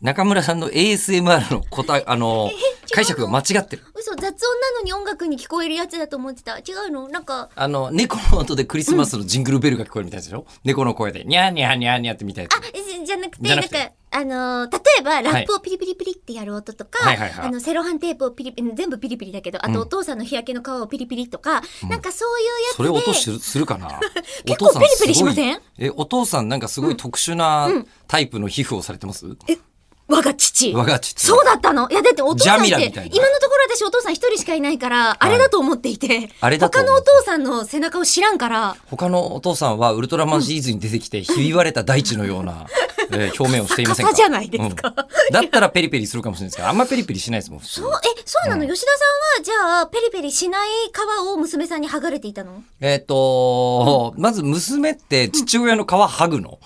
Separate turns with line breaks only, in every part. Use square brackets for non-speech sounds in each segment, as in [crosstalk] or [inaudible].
中村さんの ASMR のこた、あの、解釈が間違ってる。
嘘、雑音なのに音楽に聞こえるやつだと思ってた。違うのなんか、
あの、猫の音でクリスマスのジングルベルが聞こえるみたいでしょ、猫の声で、にゃーにゃーにゃーにゃーってみたいな
あ。、えじゃなくて、
じゃ
な
なんく
か
て、
あのー例えば、ラップをピリピリピリってやる音とか、
はいはいはい
あの、セロハンテープをピリピリ、全部ピリピリだけど、あとお父さんの日焼けの皮をピリピリとか、なんかそういうやつで。
それ音するするかな
[laughs] 結構
お父さん
ピリピリしません
すごいえ、お父さんなんかすごい特殊なタイプの皮膚をされてます、
我が父。
我が父
そうだったのいや、だってお父さんっ
ジ
て、
ャミラ
今の
みたいな
ところ私お父さん一人しかいないから、あれだと思っていて、
あれだと
他
思う
のお父さんの背中を知らんから、
他のお父さんはウルトラマンシリーズに出てきて、ひび割れた大地のような、えー表面をしていませんか
[laughs] カサじゃないですか
うんだったらペリペリするかもしれないですけど、あんまペリペリしないですもん、普通
そう、え、そうなの、吉田さんは、じゃあ、ペリペリしない皮を娘さんに剥がれていたの
えっ、とまず娘って父親の皮剥ぐの、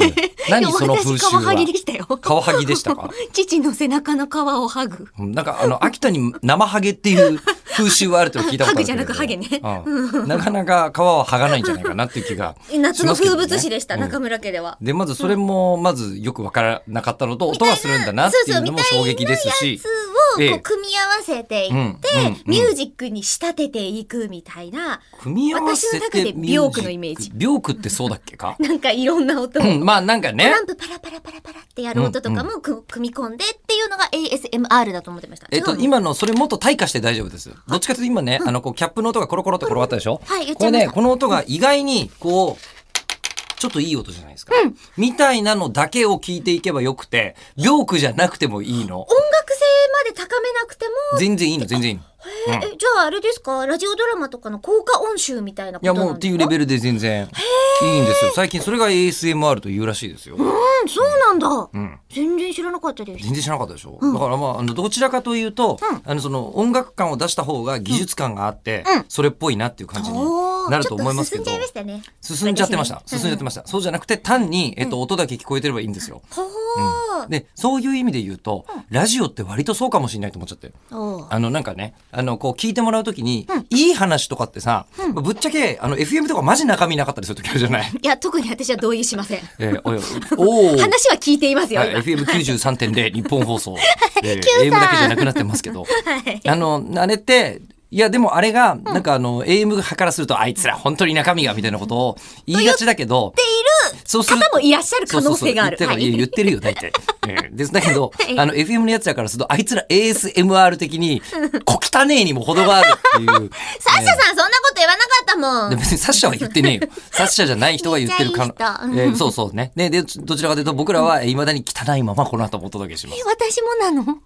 うん
い
何
や
その風
私、
習
皮剥
は
ぎでしたよ。
皮剥ぎでしたか
父の背中の皮を剥ぐ。
うんなんかあの秋田に生ハゲっていう風習はあるとは聞いたことあるけれど
ハグじゃなくハゲ
うんなかなか皮は剥がないんじゃないかなっていう気がしますけどね、
夏の風物詩でした、
うん
中村家では。
でまずそれもまずよくわからなかったのと音がするんだなっていうのも衝撃ですし
そうそうみたいなやつをこう組み合わせていって、
ええうんうんうん
ミュージックに仕立てていくみたいな、
組み合わせ
私の
て
中でビョークのイメージ
ビョークってそうだっけか
なんかいろんな音を。
うんまあなんか
ト
ね
ランプパラパラパラパラってやる音とかもく、組み込んでっていうのが ASMR だと思ってました。
えっと
違うの
今のそれもっと退化して大丈夫ですどっちかというと今ねあのこうキャップの音がコロコロって転がったでしょ
はい言っ
こ
ち
れ
ゃいまし
ね
た
この音が意外にこうちょっといい音じゃないですか、みたいなのだけを聞いていけばよくてビョークじゃなくてもいいの
音楽性まで高めなくても、
全然いいの全然いいの
ええじゃああれですかラジオドラマとかの効果音集みたいなこ
い
と
や
なんですか
もうっていうレベルで全然いいんですよ最近それが ASMR というらしいですよ
うんそうなんだ、
ん
全然知らなかったです
全然知らなかったでしょ、だからまああのどちらかというと、あのその音楽感を出した方が技術感があって、それっぽいなっていう感じに
おー
なると思いますけど
ちょっと進んじゃいましたね
進んじゃってました
私
進
ね
んじゃってました、そうじゃなくて単に、えっと、音だけ聞こえてればいいんですよ、
ほほー、
でそういう意味で言うと、ラジオって割とそうかもしれないと思っちゃって
おー
あのなんかねあのこう聞いてもらうときに、いい話とかってさ、まあぶっちゃけあの FM とかマジ中身なかったりする時あるじゃ
[laughs]
ない、
いや特に私は同意しません
えーおよおー
[laughs] 話は聞いていますよ、
はい、
今
FM93.0 日本放
[laughs]
送、えー、AM だけじゃなくなってますけど、あのあれっていやでもあれがなんかあの、AM 派からするとあいつら本当に中身がみたいなことを言いがちだけど
言っている
そうする
方もいらっしゃる可能性がある
そうそうそう
はい
言ってるよ言
[laughs]
ってるよ大体、ええですだけど
い
あの FM のやつらからするとあいつら ASMR 的に小汚ねえにも程がある
[laughs]
っていう。
サッシャさんそんなこと言わなかったもん
で別にサッシャは言ってねえよ。サッシャじゃない人が言ってるか
めっちゃいい人
えーそうそうね。ねで、どちらかというと僕らはいまだに汚いままこの後もお届けします
え私もなの